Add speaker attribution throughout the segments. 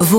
Speaker 1: Vous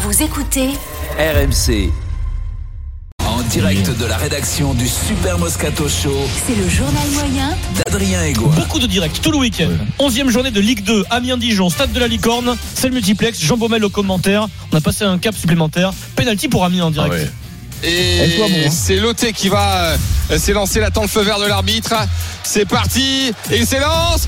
Speaker 1: Vous écoutez
Speaker 2: RMC. En direct de la rédaction du Super Moscato Show
Speaker 1: C'est le journal moyen
Speaker 2: d'Adrien Egoin.
Speaker 3: Beaucoup de directs tout le week-end. 11e journée de Ligue 2, Amiens-Dijon, stade de la Licorne. C'est le multiplex. Jean Baumel au commentaire. On a passé un cap supplémentaire. Penalty pour Amiens en direct.
Speaker 4: Et
Speaker 3: hein.
Speaker 4: c'est Loté qui va euh, s'élancer, l'attend le feu vert de l'arbitre. C'est parti, et il s'élance.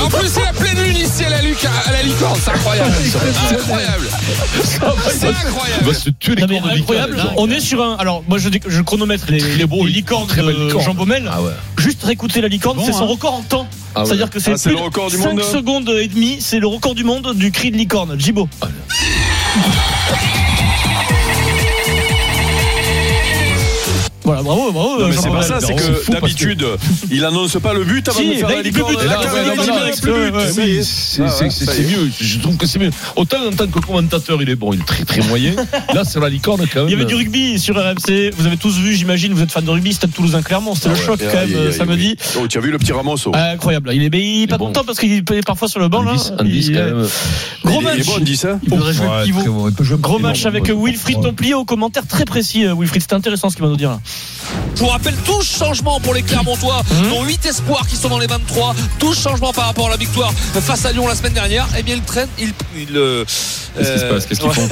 Speaker 4: En plus, c'est la pleine lune ici à la, Luca- à la licorne, c'est incroyable. incroyable. C'est
Speaker 5: Il va
Speaker 4: incroyable.
Speaker 5: se tuer les
Speaker 3: Non, mais
Speaker 5: cordes de
Speaker 3: incroyable.
Speaker 5: Victor,
Speaker 3: On est sur un. Alors, moi, je, dé- je chronomètre les, les beaux
Speaker 5: belle-
Speaker 3: licornes
Speaker 5: très belle
Speaker 3: de
Speaker 5: licorne.
Speaker 3: Jean Baumel.
Speaker 5: Ah ouais.
Speaker 3: Juste réécouter la licorne, c'est
Speaker 5: bon,
Speaker 3: son
Speaker 5: hein.
Speaker 3: record en temps.
Speaker 5: Ah ouais.
Speaker 3: C'est-à-dire que c'est
Speaker 4: Ah, c'est
Speaker 3: plus
Speaker 4: le record du
Speaker 3: 5
Speaker 4: monde.
Speaker 3: secondes et demie. C'est le record du monde du cri de licorne. Jibo. Voilà, bravo, bravo.
Speaker 6: Non, mais
Speaker 3: Jean
Speaker 6: c'est pas
Speaker 3: Baumel.
Speaker 6: ça, c'est
Speaker 3: On s'en
Speaker 6: que
Speaker 3: fout parce
Speaker 6: d'habitude, il annonce pas le but avant
Speaker 3: Si,
Speaker 6: de faire
Speaker 3: là,
Speaker 6: la
Speaker 3: il dit le
Speaker 6: licorne.
Speaker 3: but, là,
Speaker 6: Là,
Speaker 3: quand il
Speaker 6: quand il
Speaker 3: dit
Speaker 6: dit
Speaker 3: le
Speaker 6: avec
Speaker 3: but,
Speaker 6: le but.
Speaker 3: ouais,
Speaker 6: ça y
Speaker 5: Oui,
Speaker 6: est.
Speaker 5: c'est
Speaker 6: Ah
Speaker 5: c'est-
Speaker 6: ouais,
Speaker 5: c'est-
Speaker 6: ça y
Speaker 5: c'est
Speaker 6: est.
Speaker 5: mieux. Je trouve que c'est mieux. Autant en tant que commentateur, il est bon, il est très très moyen. Là, sur la licorne, quand même.
Speaker 3: Il y avait du rugby sur RMC, vous avez tous vu, j'imagine, vous êtes fan de rugby, Stade Toulousain Clermont, c'était le choc
Speaker 6: Aïe,
Speaker 3: quand même euh,
Speaker 6: aïe, aïe,
Speaker 3: samedi.
Speaker 6: oui. Oh, tu as vu le petit Ramonceau
Speaker 3: Ah, incroyable, il est, mais il est pas
Speaker 5: Il est bon.
Speaker 3: content parce qu'il est parfois sur le banc.
Speaker 5: Un
Speaker 3: là.
Speaker 5: 10, un
Speaker 3: hein. Il- euh,
Speaker 5: 10 quand même.
Speaker 3: Gros
Speaker 6: Il est
Speaker 3: match,
Speaker 6: bon, on dit ça
Speaker 3: Il devrait jouer
Speaker 5: Ouais,
Speaker 3: pivot.
Speaker 5: très bon. Il peut jouer
Speaker 3: Gros
Speaker 5: énorme,
Speaker 3: match avec euh,
Speaker 5: ouais.
Speaker 3: Wilfried Templier au commentaire très précis. euh, Wilfried, c'était intéressant ce qu'il va nous dire là.
Speaker 7: Je vous rappelle 12 changements pour les Clermontois,
Speaker 3: Mhm.
Speaker 7: dont 8 espoirs qui sont dans les 23, 12 changements par rapport à la victoire face à Lyon la semaine dernière. Eh bien, ils traînent, ils. ils euh,
Speaker 6: Qu'est-ce qui se
Speaker 7: euh,
Speaker 6: passe Qu'est-ce qu'ils font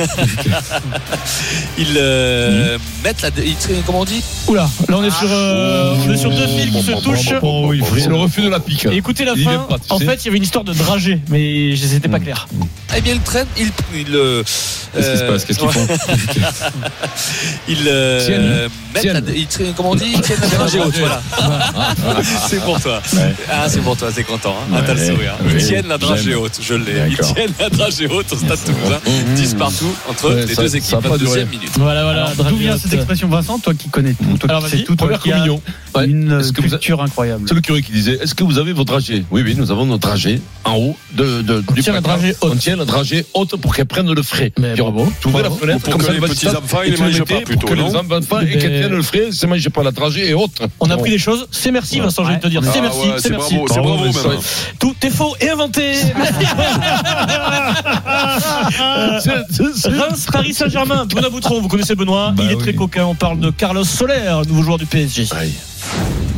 Speaker 7: Ils
Speaker 6: Mhm.
Speaker 7: euh, mettent la. ils traînent- comment on dit
Speaker 3: Oula, là on est sur, euh, on est sur deux fils qui se
Speaker 5: Ah, oh, Bon, bon,
Speaker 3: touchent.
Speaker 5: bon, bon, bon, Wilfried. C'est le refus de la pique.
Speaker 3: Et écoutez la
Speaker 5: Il
Speaker 3: fin,
Speaker 5: aime pas, tu
Speaker 3: en
Speaker 5: sais. Hmm.
Speaker 3: fait il y avait une histoire de dragée, mais c'était pas clair.
Speaker 7: Eh bien, ils traînent, ils. ils euh,
Speaker 6: Qu'est-ce qui se passe
Speaker 3: euh,
Speaker 6: Qu'est-ce qu'ils font
Speaker 7: Ils euh,
Speaker 5: Tiennent.
Speaker 7: mettent
Speaker 5: Tiennent.
Speaker 7: la- ils traînent- comment on dit Ils tiennent la dragée haute, voilà. c'est pour toi.
Speaker 5: Ouais.
Speaker 7: Ah, c'est pour toi, c'est content. hein. Ah, t'as le
Speaker 5: Ouais.
Speaker 7: sourire. Ils
Speaker 5: Oui.
Speaker 7: tiennent la dragée
Speaker 5: J'aime.
Speaker 7: haute, je l'ai. Ils
Speaker 5: D'accord.
Speaker 7: tiennent la dragée haute au stade toulousain.
Speaker 5: Mmh.
Speaker 7: 10 partout entre
Speaker 5: Ouais,
Speaker 7: les
Speaker 5: ça-
Speaker 7: deux
Speaker 5: ça
Speaker 7: équipes,
Speaker 5: a pas
Speaker 7: 22 e
Speaker 5: duré.
Speaker 7: minute.
Speaker 3: Voilà, voilà.
Speaker 8: D'où vient cette expression, Vincent Toi qui connais tout, toi
Speaker 3: Alors,
Speaker 8: qui
Speaker 3: vas-y,
Speaker 8: sais tout, toi
Speaker 5: première
Speaker 8: qui as
Speaker 5: communion. Ouais.
Speaker 8: une euh,
Speaker 5: Est-ce que vous a-
Speaker 8: culture incroyable.
Speaker 5: C'est le curé qui disait Est-ce que vous avez votre dragée Oui, oui, nous avons notre dragée en haut de, de, du
Speaker 3: tient la
Speaker 5: placard.
Speaker 3: dragée haute.
Speaker 5: On tient la dragée haute pour qu'elle prenne le frais.
Speaker 3: Mais
Speaker 5: Puis on-
Speaker 3: bravo,
Speaker 5: Tu ouvres la
Speaker 3: bravo.
Speaker 5: fenêtre
Speaker 6: Pour
Speaker 5: comme
Speaker 6: que
Speaker 5: ça,
Speaker 6: les
Speaker 5: va
Speaker 6: petits
Speaker 5: se-
Speaker 6: enfants,
Speaker 5: et
Speaker 6: ils
Speaker 5: tu
Speaker 6: les mangent
Speaker 5: mettais
Speaker 6: pas, plutôt,
Speaker 5: Pour que les
Speaker 6: non
Speaker 5: enfants et
Speaker 3: Mais-
Speaker 5: qu'elle tienne le frais, c'est mangé pas la dragée et autres.
Speaker 3: Eh ben, On a
Speaker 5: Bon.
Speaker 3: pris des choses, c'est merci Vincent, je viens de te dire.
Speaker 6: Ah
Speaker 3: C'est merci,
Speaker 6: ouais,
Speaker 3: c'est merci.
Speaker 6: bravo, C'est
Speaker 5: Bravo,
Speaker 6: bravo,
Speaker 5: Vincent.
Speaker 6: même.
Speaker 3: Tout est faux et inventé. Reims, Paris Saint-Germain, Benoît Boutron, vous connaissez Benoît,
Speaker 5: Bah
Speaker 3: il est très coquin. On parle de Carlos Soler, nouveau joueur du PSG.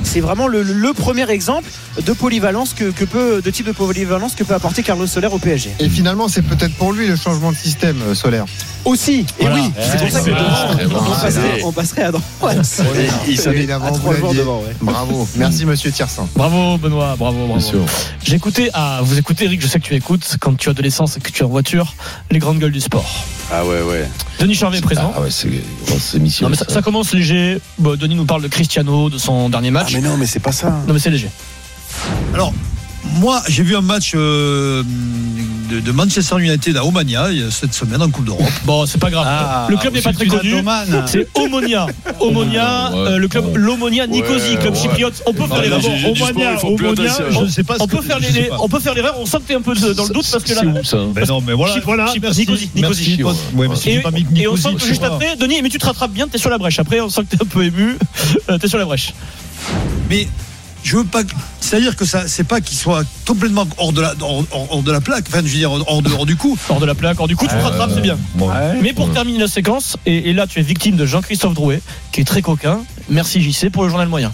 Speaker 9: c'est vraiment le, le premier exemple de polyvalence que, que peut de type de polyvalence que peut apporter Carlos Soler au PSG.
Speaker 10: Et finalement, c'est peut-être pour lui le changement de système euh, solaire.
Speaker 9: Aussi, et
Speaker 3: Voilà.
Speaker 9: oui, c'est pour ça que
Speaker 3: c'est
Speaker 5: vrai,
Speaker 9: devant, on,
Speaker 5: c'est
Speaker 9: passerait, on passerait à droite.
Speaker 10: Il savait
Speaker 9: à trois joueurs devant, ouais.
Speaker 10: Bravo. Merci, monsieur Tiersin.
Speaker 3: Bravo Benoît, bravo,
Speaker 5: Bien
Speaker 3: bravo.
Speaker 5: sûr.
Speaker 3: J'écoutais, ah, vous écoutez Eric, je sais que tu écoutes quand tu as de l'essence et que tu es en voiture, les grandes gueules du sport.
Speaker 6: Ah ouais, ouais.
Speaker 3: Denis Charvet est présent.
Speaker 5: Ah ouais, c'est grosse émission.
Speaker 3: Non, mais ça, ça commence léger. Bon, Denis nous parle de Cristiano, de son dernier match.
Speaker 6: Ah, Mais non, mais c'est pas ça.
Speaker 3: Non mais c'est léger.
Speaker 11: Moi, j'ai vu un match euh, de, de Manchester United à Omania il y a cette semaine en Coupe d'Europe.
Speaker 3: Bon, c'est pas grave. le club n'est pas très connu. C'est Omonia. Omonia,
Speaker 5: Ouais,
Speaker 3: euh, le club
Speaker 5: ouais.
Speaker 3: L'Omonia Nicosie,
Speaker 6: Ouais,
Speaker 3: club
Speaker 6: ouais.
Speaker 3: chypriote. On peut faire
Speaker 6: Ah,
Speaker 3: les
Speaker 6: là, j'ai- j'ai du sport,
Speaker 3: Omonia,
Speaker 6: il faut plus
Speaker 3: Omonia.
Speaker 6: attention.
Speaker 3: je-
Speaker 11: Je ne sais pas. ce
Speaker 3: On
Speaker 11: que-
Speaker 3: peut faire
Speaker 11: je sais
Speaker 3: les,
Speaker 11: pas.
Speaker 3: on peut faire l'erreur. On sent que t'es un peu de- euh, dans le doute parce que là.
Speaker 5: C'est où ça hein
Speaker 11: Ben non, mais voilà.
Speaker 3: Chypre, voilà, merci, Nicosie, Nicosie.
Speaker 11: Chypre. Ouais, mais si
Speaker 3: Et,
Speaker 11: j'ai pas mis
Speaker 3: et on
Speaker 11: Nicosie,
Speaker 3: sent que
Speaker 11: je sais
Speaker 3: juste
Speaker 11: pas.
Speaker 3: après, Denis, mais tu te rattrapes bien, t'es sur la brèche. Après, on sent que t'es un peu ému, euh, t'es sur la brèche.
Speaker 11: Mais je veux pas. que- C'est-à-dire que ça, c'est pas qu'il soit complètement hors de la, hors, hors- hors de la plaque. Enfin, je veux dire hors, hors dehors du coup.
Speaker 3: Hors de la plaque, hors du coup, tu te rattrapes, c'est bien.
Speaker 5: Bon.
Speaker 3: Mais pour terminer la séquence, et, et là tu es victime de Jean-Christophe Drouet, qui est très coquin. Merci JC pour le journal moyen.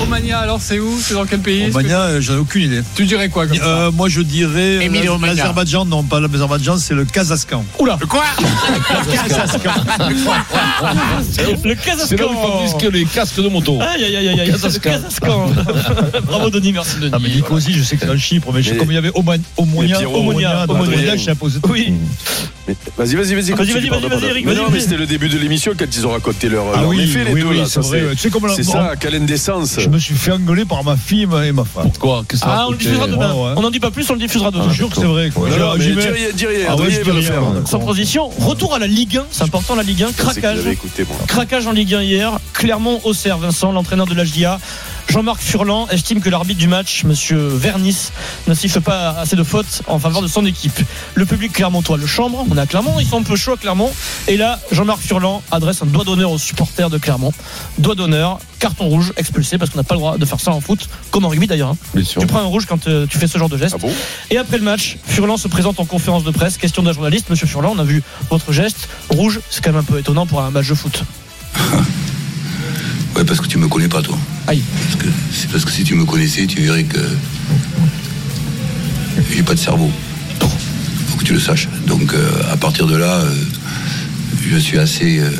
Speaker 8: Romania, alors c'est où C'est dans quel pays
Speaker 11: Omania, euh, j'en ai aucune idée.
Speaker 8: Tu dirais quoi
Speaker 11: Euh, moi, je dirais euh,
Speaker 7: Emilio Omania.
Speaker 11: l'Azerbaïdjan. Non, pas l'Azerbaïdjan, c'est le Kazakhstan.
Speaker 3: Oula,
Speaker 7: Quoi
Speaker 3: le
Speaker 5: C'est là où ils
Speaker 3: Kazakhstan
Speaker 5: fabriquent les casques de moto.
Speaker 3: Aïe aïe aïe aïe, aïe, le
Speaker 5: Kazakhstan.
Speaker 3: Kazakhstan. Bravo Denis, merci Denis.
Speaker 11: Ah, mais Nicosie, je sais que c'est en Chypre, mais, je-
Speaker 6: Mais-
Speaker 11: comme il y avait Oman- Omonia,
Speaker 6: Pierrot,
Speaker 3: Omonia,
Speaker 11: Omonia, Omonia,
Speaker 3: Adrien.
Speaker 11: j'ai imposé.
Speaker 3: Oui.
Speaker 7: Mais- Vas-y, vas-y, vas-y.
Speaker 3: Vas-y,
Speaker 7: continue,
Speaker 3: vas-y,
Speaker 7: pardon,
Speaker 3: vas-y,
Speaker 7: pardon.
Speaker 3: Eric,
Speaker 7: Mais
Speaker 3: vas-y,
Speaker 7: non,
Speaker 3: vas-y.
Speaker 7: mais c'était le début de l'émission quand ils ont raconté leur,
Speaker 11: Ah
Speaker 7: leur
Speaker 11: oui,
Speaker 7: méfait, les
Speaker 11: oui,
Speaker 7: deux.
Speaker 11: oui,
Speaker 7: là.
Speaker 11: c'est
Speaker 7: Ça,
Speaker 11: vrai, ouais. Tu sais comment la-
Speaker 7: C'est ça, quelle indécence.
Speaker 11: Je me suis fait engueuler par ma fille ma- et ma femme. Pourquoi
Speaker 3: Ah, on le diffusera demain. On n'en dit pas plus, on le diffusera demain.
Speaker 11: Je jure que c'est vrai. quoi.
Speaker 3: Ouais,
Speaker 11: Alors,
Speaker 3: mais
Speaker 11: Ah, j'y
Speaker 3: dis
Speaker 11: vais.
Speaker 3: rien, dis rien,
Speaker 11: Ah ouais,
Speaker 3: Adrien
Speaker 11: je
Speaker 3: va
Speaker 11: dis
Speaker 3: le
Speaker 11: rien.
Speaker 3: faire. Sans transition, retour à la Ligue 1, c'est important la Ligue 1, craquage.
Speaker 7: j'avais écouté, moi.
Speaker 3: Craquage en Ligue 1 hier, Clermont Auxerre, Vincent, l'entraîneur de l'HDA. Jean-Marc Furlan estime que l'arbitre du match, Monsieur Vernis, n'assiffle pas assez de fautes en faveur de son équipe. Le public clermontois le chambre, on a Clermont, ils sont un peu chauds à Clermont. Et là, Jean-Marc Furlan adresse un doigt d'honneur aux supporters de Clermont. Doigt d'honneur, carton rouge, expulsé, parce qu'on n'a pas le droit de faire ça en foot, comme en rugby d'ailleurs. hein. Tu prends un rouge quand euh, tu fais ce genre de geste.
Speaker 11: Ah
Speaker 3: et après le match, Furlan se présente en conférence de presse. Question d'un journaliste Monsieur Furlan, on a vu votre geste. Rouge, c'est quand même un peu étonnant pour un match de foot.
Speaker 12: Ouais, parce que tu me connais pas, toi.
Speaker 3: Aïe.
Speaker 12: Parce que, c'est parce que si tu me connaissais, tu verrais que. J'ai pas de cerveau. Bon, faut que tu le saches. Donc, euh, à partir de là, euh, je suis assez, euh,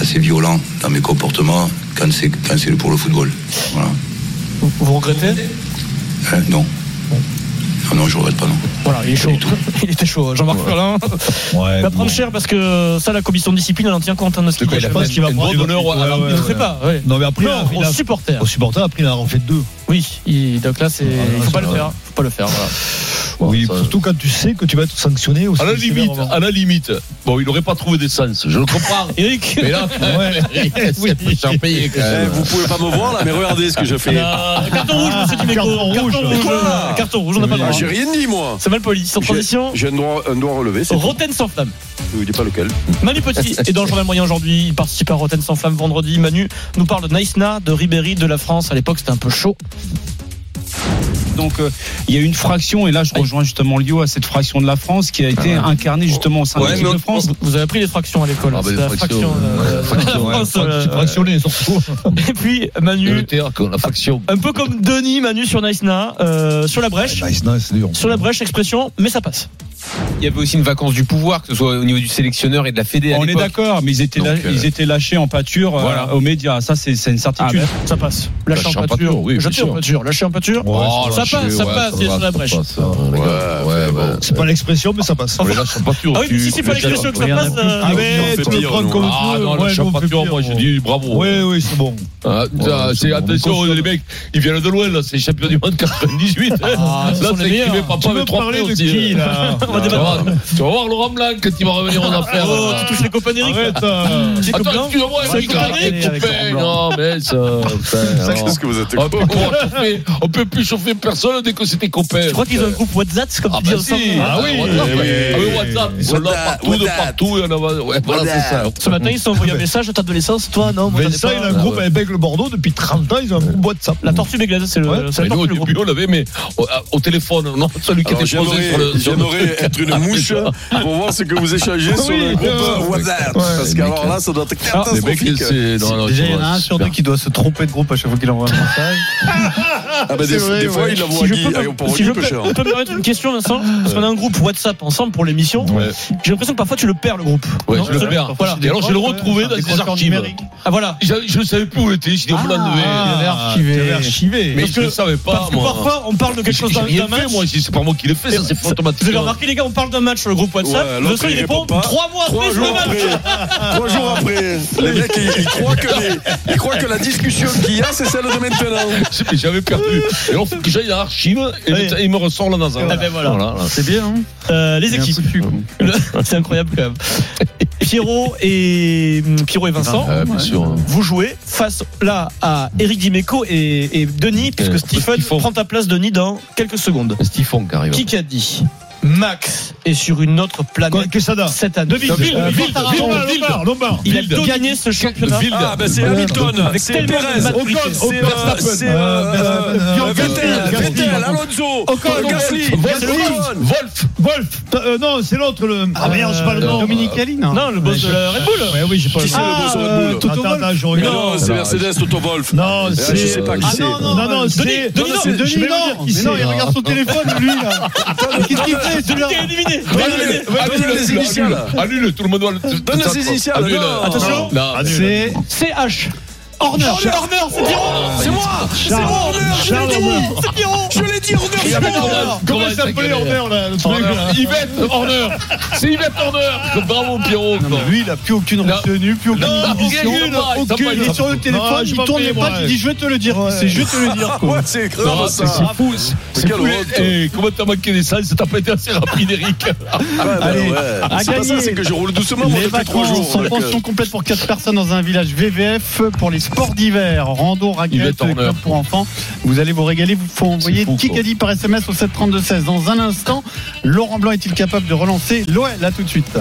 Speaker 12: assez violent dans mes comportements quand c'est, quand c'est pour le football. Voilà.
Speaker 3: Vous, vous regrettez
Speaker 12: Hein, non. Non, non, je regrette pas, non.
Speaker 3: Voilà, il est chaud. Il était chaud, Jean-Marc Furlan. il va prendre cher parce que euh, ça, la commission de discipline, elle en tient compte. Hein, de ce qu'il
Speaker 11: quoi, il a
Speaker 3: fait.
Speaker 11: fait une- une bonne honneur à l'arbitre.
Speaker 3: Il ne fait pas. ouais.
Speaker 11: Non, mais après, il a-
Speaker 3: non,
Speaker 11: il
Speaker 3: aux
Speaker 11: a-
Speaker 3: supporters.
Speaker 11: Au supporter, après, il en a refait deux.
Speaker 3: Oui, il- donc là, Ah, c'est. Il faut pas le faire. Faut pas le faire. Voilà.
Speaker 11: oui, surtout quand tu sais que tu vas être sanctionné.
Speaker 3: À la limite,
Speaker 11: à la limite. Bon, il n'aurait pas trouvé d'essence. Je le comprends.
Speaker 3: Eric.
Speaker 11: Mais là,
Speaker 7: Ouais.
Speaker 11: c'est plus cher payé quand
Speaker 7: Eh,
Speaker 11: même.
Speaker 7: vous pouvez pas me voir là, mais regardez ce que je fais.
Speaker 3: Ah, carton rouge, monsieur Dimeco. Carton rouge. euh, Carton rouge, on n'a pas le
Speaker 7: Ah,
Speaker 3: droit.
Speaker 7: J'ai rien dit, moi.
Speaker 3: C'est mal poli. Sans
Speaker 7: J'ai-
Speaker 3: transition.
Speaker 7: J'ai un doigt,
Speaker 13: euh,
Speaker 7: un doigt relevé. c'est tout.
Speaker 3: Roten sans flamme.
Speaker 7: Je vous dis pas lequel.
Speaker 3: Manu Petit est dans le journal moyen aujourd'hui. Il participe à Rotten sans flamme vendredi. Manu nous parle de Naïsna, de Ribéry, de la France. À l'époque, c'était un peu chaud.
Speaker 13: Donc euh, il y a une fraction, et là je rejoins justement Lio à cette fraction de la France qui a été incarnée justement au sein de
Speaker 3: Ouais,
Speaker 13: l'équipe
Speaker 3: mais
Speaker 13: de France.
Speaker 3: Vous avez appris les fractions à l'école.
Speaker 13: Ah, bah,
Speaker 3: C'est
Speaker 13: les
Speaker 3: la
Speaker 13: fractions,
Speaker 3: fraction. euh,
Speaker 13: fraction,
Speaker 3: la
Speaker 13: ouais.
Speaker 3: France,
Speaker 13: Fraction- Euh.
Speaker 3: euh,
Speaker 13: fractionné, surtout.
Speaker 3: Et puis Manu.
Speaker 11: la fraction.
Speaker 3: Un peu comme Denis Manu sur Naïsna, euh, sur la brèche. Sur la brèche, expression, mais ça passe.
Speaker 6: Il y avait aussi une vacance du pouvoir, que ce soit au niveau du sélectionneur et de la Fédé. à
Speaker 13: On est
Speaker 6: l'époque.
Speaker 13: d'accord, mais ils étaient,
Speaker 6: Donc,
Speaker 13: lâ-
Speaker 6: euh,
Speaker 13: ils étaient lâchés en pâture euh,
Speaker 6: Voilà.
Speaker 13: aux médias. Ça, c'est c'est une certitude.
Speaker 3: Ah, ben, ça passe. Lâcher en pâture,
Speaker 13: oui, bien
Speaker 3: jeter en
Speaker 13: sûr.
Speaker 3: pâture, lâcher en pâture.
Speaker 13: Oh,
Speaker 3: ça
Speaker 13: lâcher,
Speaker 3: passe, ça
Speaker 13: ouais,
Speaker 3: passe,
Speaker 13: ça
Speaker 3: il est sur
Speaker 13: va, ça
Speaker 3: la brèche.
Speaker 11: C'est pas l'expression, mais ça passe.
Speaker 3: On les lâche en pâture, Ah oui, mais tu- si c'est pas tu- l'expression que ça passe, euh,
Speaker 11: Ah
Speaker 3: on
Speaker 11: ouais,
Speaker 3: fait
Speaker 11: tu
Speaker 3: pire,
Speaker 11: le prends
Speaker 3: nous.
Speaker 11: comme
Speaker 3: Ah
Speaker 11: tu veux.
Speaker 3: non,
Speaker 11: Ouais,
Speaker 3: lâche
Speaker 11: nous,
Speaker 3: en
Speaker 11: on fait
Speaker 3: pâture,
Speaker 11: pire,
Speaker 3: moi, j'ai
Speaker 11: bon.
Speaker 3: dit
Speaker 13: Oh.
Speaker 3: bravo.
Speaker 11: Ouais, ouais, c'est bon.
Speaker 5: Ah, putain,
Speaker 11: Ouais,
Speaker 5: c'est-
Speaker 11: bon,
Speaker 5: attention,
Speaker 11: on
Speaker 5: les mecs, ils viennent de loin, là, c'est champion du monde 98. hein.
Speaker 11: Ah, ce
Speaker 5: là,
Speaker 11: sont les
Speaker 5: c'est qui
Speaker 11: meilleurs.
Speaker 5: met papa
Speaker 11: Tu veux
Speaker 5: avec trois
Speaker 11: parler
Speaker 5: pneus
Speaker 11: de
Speaker 5: aussi. euh.
Speaker 11: qui, là
Speaker 5: Tu
Speaker 11: On va
Speaker 5: vas
Speaker 11: débattre.
Speaker 5: voir- tu vas voir Laurent Blanc quand il va revenir en affaire.
Speaker 11: Oh, tu touches les
Speaker 3: copains d'Eric, là.
Speaker 11: Arrête, euh,
Speaker 3: Tu touches les
Speaker 5: Attends,
Speaker 3: copains
Speaker 5: excuse-moi,
Speaker 3: Ouais,
Speaker 5: Eric,
Speaker 3: les copains
Speaker 5: arrête,
Speaker 3: d'Eric,
Speaker 5: copain.
Speaker 3: les copains
Speaker 5: Non, mais ça.
Speaker 3: Ça,
Speaker 5: putain,
Speaker 3: qu'est-ce que vous êtes
Speaker 5: on peut
Speaker 3: con.
Speaker 5: pas chauffer- On peut plus chauffer personne dès que c'était copain.
Speaker 3: Je crois qu'ils ont un groupe WhatsApp, comme
Speaker 5: Ah,
Speaker 3: tu dis
Speaker 5: bah si.
Speaker 3: ensemble.
Speaker 5: Ah oui,
Speaker 3: WhatsApp.
Speaker 5: eh oui. Ah oui, WhatsApp, ils sont là
Speaker 3: WhatsApp,
Speaker 5: partout, de
Speaker 3: WhatsApp.
Speaker 5: partout, et on en va- ouais, voilà, c'est ça.
Speaker 3: Ce matin, ils sont envoyé un message, je tape de l'essence, toi, non, moi, j'en ai
Speaker 11: Vincent,
Speaker 3: pas. Ah
Speaker 11: il a un groupe avec le Bordeaux depuis 30 ans, ils ont un groupe WhatsApp.
Speaker 3: La tortue Béglaise, c'est le. c'est la
Speaker 5: Mais nous, au
Speaker 3: tortue, le
Speaker 5: début, on l'avait, mais au, à- au téléphone, non, celui qui
Speaker 7: Alors,
Speaker 5: était posé
Speaker 7: j'aimerais-
Speaker 5: sur le. sur le
Speaker 7: J'aimerais
Speaker 5: truc.
Speaker 7: être une mouche pour voir ce que vous échangez sur
Speaker 5: Oui,
Speaker 7: le groupe
Speaker 5: euh,
Speaker 7: WhatsApp.
Speaker 5: ouais.
Speaker 7: Parce
Speaker 5: Les
Speaker 7: qu'alors
Speaker 5: mecs,
Speaker 7: là, ça doit être
Speaker 14: Ah, les mecs,
Speaker 7: catastrophique.
Speaker 14: c'est- non, non, Déjà, il y en a un sur deux qui doit se tromper de groupe à chaque fois qu'il envoie un message.
Speaker 7: Ah bah, des-
Speaker 14: C'est vrai,
Speaker 7: des fois,
Speaker 14: ouais.
Speaker 7: il l'envoie
Speaker 14: Si
Speaker 7: à
Speaker 14: je
Speaker 7: Guy,
Speaker 14: peux pas-
Speaker 7: à- pour
Speaker 14: si
Speaker 7: Guy
Speaker 14: je
Speaker 3: peux-
Speaker 5: hein.
Speaker 7: Pecheur.
Speaker 3: on peut me permettre une question, Vincent Parce qu'on a un groupe WhatsApp ensemble pour l'émission. J'ai l'impression que parfois tu le perds, le groupe.
Speaker 5: Ouais,
Speaker 3: Non,
Speaker 5: je le
Speaker 3: sais.
Speaker 5: perds.
Speaker 3: Voilà.
Speaker 5: Et alors, je l'ai retrouvé dans des archives.
Speaker 3: Ah voilà.
Speaker 5: Je, je savais plus où il était, je dis, vous l'enlevez.
Speaker 3: il l'avait archivé.
Speaker 5: Il l'avait Ah, archivé. Mais
Speaker 3: Parce
Speaker 5: je
Speaker 3: que-
Speaker 5: le savais pas,
Speaker 3: parce que
Speaker 5: moi. hein.
Speaker 3: parfois, on parle de quelque
Speaker 5: J'ai-
Speaker 3: chose
Speaker 5: j'ai
Speaker 3: dans-
Speaker 5: rien
Speaker 3: d'un
Speaker 5: fait,
Speaker 3: match.
Speaker 5: moi, si c'est pas moi qui l'ai fait, ça, c'est pas automatique.
Speaker 3: Vous avez remarqué, les gars, on parle d'un match sur le groupe WhatsApp.
Speaker 5: Ouais,
Speaker 3: le
Speaker 5: l'autre,
Speaker 3: son, il
Speaker 5: il
Speaker 3: répond
Speaker 5: répond pas.
Speaker 3: trois mois
Speaker 5: Trois
Speaker 3: après ce
Speaker 5: jours
Speaker 3: match.
Speaker 7: Trois jours après, les mecs, ils, ils croient que les- ils croient que la discussion qu'il y a, c'est celle de maintenant.
Speaker 5: C'est- mais J'avais perdu. Et alors, faut que j'aille à l'archive et
Speaker 3: Oui.
Speaker 5: le- il me ressort là dans un.
Speaker 3: Ah ben voilà.
Speaker 5: C'est bien, hein
Speaker 3: Euh, les équipes. Le- C'est incroyable quand même. Pierrot et euh, Pierrot et Vincent,
Speaker 5: Ah, bien sûr.
Speaker 3: vous jouez face là à Eric Dimeco et, et Denis, puisque Stephen prend ta place Denis dans quelques secondes.
Speaker 5: Stifon qui arrive.
Speaker 3: Qui qu'a dit Max est sur une autre planète cette année.
Speaker 11: Deville, Deville,
Speaker 3: Euh,
Speaker 11: Deville,
Speaker 3: Laurent
Speaker 11: Deville,
Speaker 3: Tarrant.
Speaker 11: Deville, Lombard, Lombard.
Speaker 3: Il a
Speaker 11: Deville.
Speaker 3: gagné ce championnat.
Speaker 11: Deville.
Speaker 7: Ah, bah, c'est Hamilton,
Speaker 3: Avec
Speaker 7: c'est
Speaker 3: tellement de
Speaker 7: Perez,
Speaker 3: maturité.
Speaker 7: Ocon, c'est, euh,
Speaker 3: Verstappen.
Speaker 7: c'est, euh, euh,
Speaker 11: Bjorn,
Speaker 7: Vettel,
Speaker 11: Gasly,
Speaker 7: Vettel,
Speaker 11: Gasly.
Speaker 7: Alonso,
Speaker 11: Ocon,
Speaker 7: euh, Gasly,
Speaker 11: Wolf,
Speaker 7: Gasly,
Speaker 11: Wolf, Wolf, euh, non, c'est l'autre, le. Ah merde, j'ai pas le nom.
Speaker 7: Dominicali,
Speaker 11: non
Speaker 3: Non, le boss
Speaker 11: Ouais,
Speaker 3: de
Speaker 11: je-
Speaker 3: la Red Bull.
Speaker 11: Ouais, oui, j'ai pas
Speaker 7: Qui c'est le boss de Red
Speaker 11: euh,
Speaker 7: Bull
Speaker 11: Toto Attends, attends, je
Speaker 7: Mais
Speaker 11: regarde.
Speaker 7: non, c'est Mercedes, Toto Wolf.
Speaker 11: Non,
Speaker 7: Ah,
Speaker 11: c'est.
Speaker 7: Je sais pas qui c'est.
Speaker 11: non, non, non, c'est.
Speaker 7: Denis,
Speaker 11: c'est
Speaker 7: Denis,
Speaker 11: Denis,
Speaker 7: non.
Speaker 11: non.
Speaker 7: Mais non, il regarde
Speaker 13: Ah.
Speaker 7: son
Speaker 11: téléphone, lui, là.
Speaker 7: Qu'est-ce qu'il fait, celui-là
Speaker 3: éliminé.
Speaker 7: Annule, annule les initiales.
Speaker 5: Annule, tout le monde doit le.
Speaker 7: Donne les initiales.
Speaker 5: Annule. euh,
Speaker 7: non.
Speaker 3: Attention.
Speaker 5: Non, annule.
Speaker 3: C'est CH. Horner.
Speaker 7: Horner,
Speaker 11: Ah,
Speaker 3: Horner, c'est Pierrot.
Speaker 7: C'est moi C'est moi, Horner, je l'ai dit Je l'ai dit, Horner,
Speaker 5: Comment il s'appelait Horner là le truc, là Yvette Horner C'est Yvette Horner Bravo Pierrot
Speaker 11: Non, mais lui, il a plus aucune retenue, plus aucune
Speaker 5: Non,
Speaker 11: inhibition.
Speaker 5: aucune, là, il s'en
Speaker 11: aucune.
Speaker 5: bat, il
Speaker 11: Il est
Speaker 5: s'en
Speaker 11: sur le
Speaker 5: fout.
Speaker 11: téléphone,
Speaker 5: Non, je
Speaker 11: il
Speaker 5: m'en
Speaker 11: tourne
Speaker 5: fais,
Speaker 11: les
Speaker 5: moi,
Speaker 11: pages,
Speaker 5: ouais.
Speaker 11: il dit Je vais te le dire. C'est je vais te le dire. quoi.
Speaker 5: Ouais, c'est grave,
Speaker 11: Non,
Speaker 5: ça.
Speaker 11: c'est fou.
Speaker 5: c'est- C'est fou. les- eh, Comment t'as manqué des salles Ça t'a pas été assez rapide, Eric.
Speaker 11: Allez, à
Speaker 6: C'est pas ça,
Speaker 11: gagner.
Speaker 6: c'est que je roule doucement, moi,
Speaker 11: les
Speaker 6: depuis trois
Speaker 11: vacances
Speaker 6: jours.
Speaker 11: en
Speaker 6: donc,
Speaker 11: pension
Speaker 6: euh,
Speaker 11: complète pour 4 personnes dans un village VVF pour les sports d'hiver,
Speaker 5: Il
Speaker 11: rando,
Speaker 5: est
Speaker 11: raquettes,
Speaker 5: tourneur.
Speaker 11: club pour enfants. Vous allez vous régaler. Vous faut envoyer
Speaker 5: fou,
Speaker 11: Kikadi par SMS au 732 16. Dans un instant, Laurent Blanc est-il capable de relancer l'OL Là tout de suite.